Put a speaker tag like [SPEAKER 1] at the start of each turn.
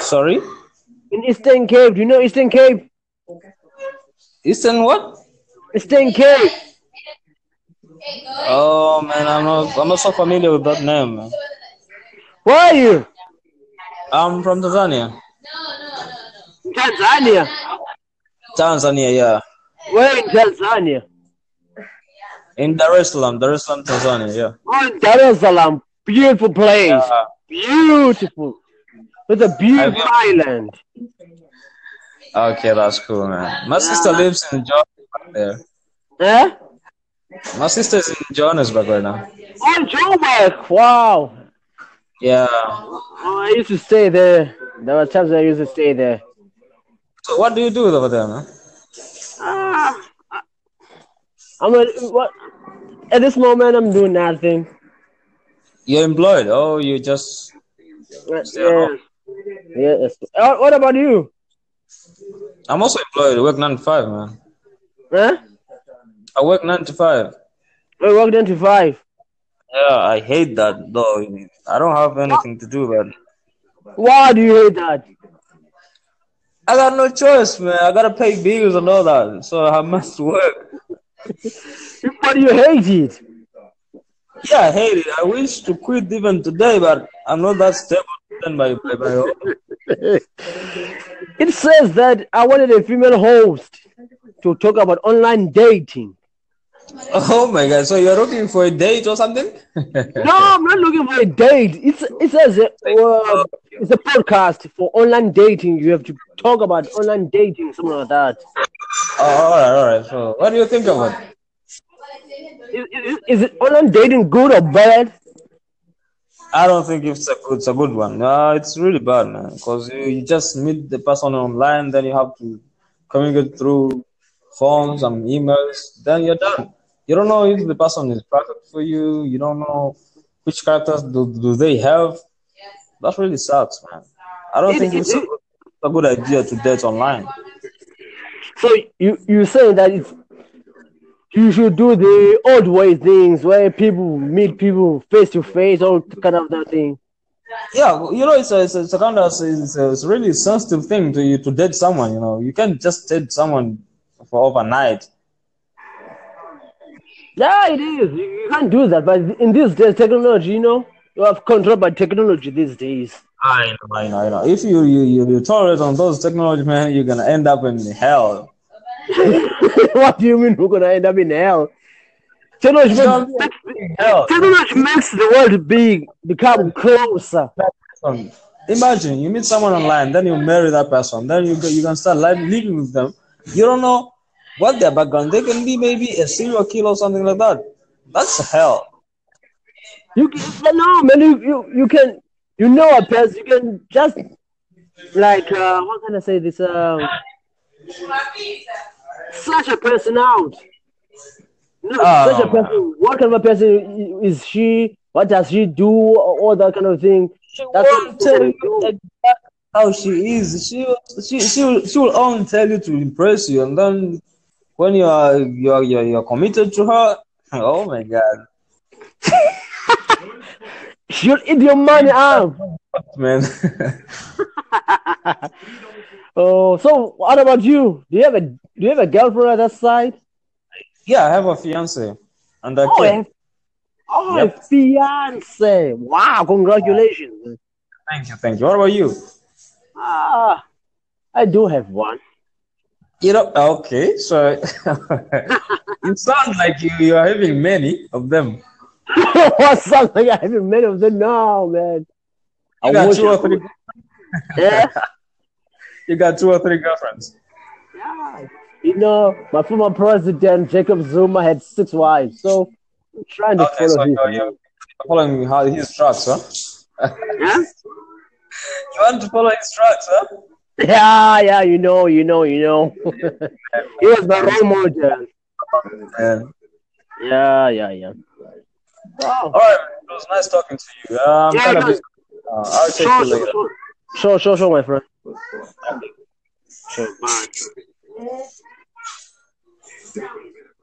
[SPEAKER 1] Sorry?
[SPEAKER 2] In Eastern Cape, do you know Eastern Cape?
[SPEAKER 1] Eastern what?
[SPEAKER 2] Eastern Cape.
[SPEAKER 1] Oh man, I'm not I'm not so familiar with that name. Man.
[SPEAKER 2] Where are you?
[SPEAKER 1] I'm from Tanzania.
[SPEAKER 2] Tanzania.
[SPEAKER 1] Tanzania, yeah.
[SPEAKER 2] Where in Tanzania?
[SPEAKER 1] In Dar es Salaam, Dar es Salaam, Tanzania, yeah.
[SPEAKER 2] Oh, Dar es Salaam. Beautiful place.
[SPEAKER 1] Yeah.
[SPEAKER 2] Beautiful. It's a beautiful island.
[SPEAKER 1] Okay, that's cool, man. My sister lives in Johannesburg there.
[SPEAKER 2] Huh?
[SPEAKER 1] My sister's in Johannesburg right now.
[SPEAKER 2] Oh, Joburg. Wow.
[SPEAKER 1] Yeah.
[SPEAKER 2] Oh, I used to stay there. There were times I used to stay there.
[SPEAKER 1] So what do you do over there, man?
[SPEAKER 2] Ah, I- I'm not, what? At this moment, I'm doing nothing.
[SPEAKER 1] You're employed. Oh, you just
[SPEAKER 2] But,
[SPEAKER 1] Stay at
[SPEAKER 2] yeah.
[SPEAKER 1] home.
[SPEAKER 2] Yeah, that's- Uh, what about you?
[SPEAKER 1] I'm also employed. I work nine to five, man.
[SPEAKER 2] Huh?
[SPEAKER 1] I work nine to five.
[SPEAKER 2] We work down to five.
[SPEAKER 1] Yeah, I hate that though. I don't have anything to do, man.
[SPEAKER 2] Why do you hate that?
[SPEAKER 1] I got no choice, man. I gotta pay bills and all that, so I must work.
[SPEAKER 2] But you hate it.
[SPEAKER 1] Yeah, I hate it. I wish to quit even today, but I'm not that stable then by by, by
[SPEAKER 2] It says that I wanted a female host to talk about online dating.
[SPEAKER 1] Oh my god, so you're looking for a date or something? Oh,
[SPEAKER 2] No, I'm not looking for a date. It's it says uh, uh, it's a podcast for online dating. You have to talk about online dating, something like that.
[SPEAKER 1] oh, alright, alright. So what do you think about it?
[SPEAKER 2] Is, is, is it online dating good or bad?
[SPEAKER 1] I don't think it's a good, it's a good one. No, it's really bad, man. Because you, you just meet the person online, then you have to communicate through phones and emails. Then you're done. You don't know if the person is perfect for you. You don't know which characters do, do they have. That really sucks, man. I don't
[SPEAKER 2] It-
[SPEAKER 1] think
[SPEAKER 2] it-
[SPEAKER 1] it's a,
[SPEAKER 2] it-
[SPEAKER 1] a good idea to date online.
[SPEAKER 2] So you you saying that it's you should do the old way things where people meet people face to face, all kind of that thing.
[SPEAKER 1] Yeah, you know, it's a, it's a, it's a kind of it's a, it's a really sensitive thing to you to date someone. You know, you can't just date someone for overnight.
[SPEAKER 2] Yeah, it is. You, you can't do that. But in these days, technology, you know, you have control by technology these days.
[SPEAKER 1] I know, I know, I know. If you you you, you tolerate on those technology, man, you're gonna end up in hell.
[SPEAKER 2] what do you mean we're gonna end up in hell? Technology
[SPEAKER 1] You're
[SPEAKER 2] makes,
[SPEAKER 1] gonna be in hell.
[SPEAKER 2] technology makes the world big become closer.
[SPEAKER 1] Um, Imagine you meet someone online, then you marry that person, then you go, you can start li- living with them. You don't know what their background. They can be maybe a serial killer or something like that. That's hell.
[SPEAKER 2] You can, but no man, you, you you can you know a person, you can just like uh, what can I say this um such a person out. No,
[SPEAKER 1] Oh,
[SPEAKER 2] such
[SPEAKER 1] man.
[SPEAKER 2] a person. What kind of a person i- is she? What does she do? All that kind of thing.
[SPEAKER 1] She
[SPEAKER 2] That's what
[SPEAKER 1] won't tell you
[SPEAKER 2] people do.
[SPEAKER 1] exactly how she is. She will, she she will, she will only tell you to impress you, and then when you are you are you are, you are committed to her, oh my god,
[SPEAKER 2] She'll eat your money up.
[SPEAKER 1] man.
[SPEAKER 2] Oh, so what about you? Do you have a do you have a girlfriend on that side?
[SPEAKER 1] yeah, I have a fiance, and I
[SPEAKER 2] Oh,
[SPEAKER 1] can
[SPEAKER 2] and- oh,
[SPEAKER 1] Yep.
[SPEAKER 2] a fiance! Wow, congratulations!
[SPEAKER 1] Thank you, thank you. What about you?
[SPEAKER 2] Ah, I do have one.
[SPEAKER 1] You know, okay, so you sound like you, you are having many of them.
[SPEAKER 2] What's up? Like I haven't met of them. No, man.
[SPEAKER 1] You
[SPEAKER 2] I
[SPEAKER 1] got
[SPEAKER 2] wish
[SPEAKER 1] two
[SPEAKER 2] I
[SPEAKER 1] or three.
[SPEAKER 2] could. Yeah.
[SPEAKER 1] You got two or three girlfriends.
[SPEAKER 2] Yeah. You know, my former president Jacob Zuma had six wives, so I'm trying to
[SPEAKER 1] Okay,
[SPEAKER 2] follow
[SPEAKER 1] so
[SPEAKER 2] his.
[SPEAKER 1] you're, you're following how his tracks, huh?
[SPEAKER 2] Yeah?
[SPEAKER 1] You want to follow his tracks, huh?
[SPEAKER 2] yeah, yeah, you know, you know, you know. he was my role model.
[SPEAKER 1] Yeah.
[SPEAKER 2] Yeah, yeah, yeah. Wow.
[SPEAKER 1] All right, it was nice talking to you. Um,
[SPEAKER 2] Yeah,
[SPEAKER 1] kind of
[SPEAKER 2] it was-
[SPEAKER 1] busy. Uh, I'll take
[SPEAKER 2] Sure,
[SPEAKER 1] you later.
[SPEAKER 2] sure, sure. Sure, sure, sure, my friend.
[SPEAKER 1] Okay.
[SPEAKER 2] Sure, bye.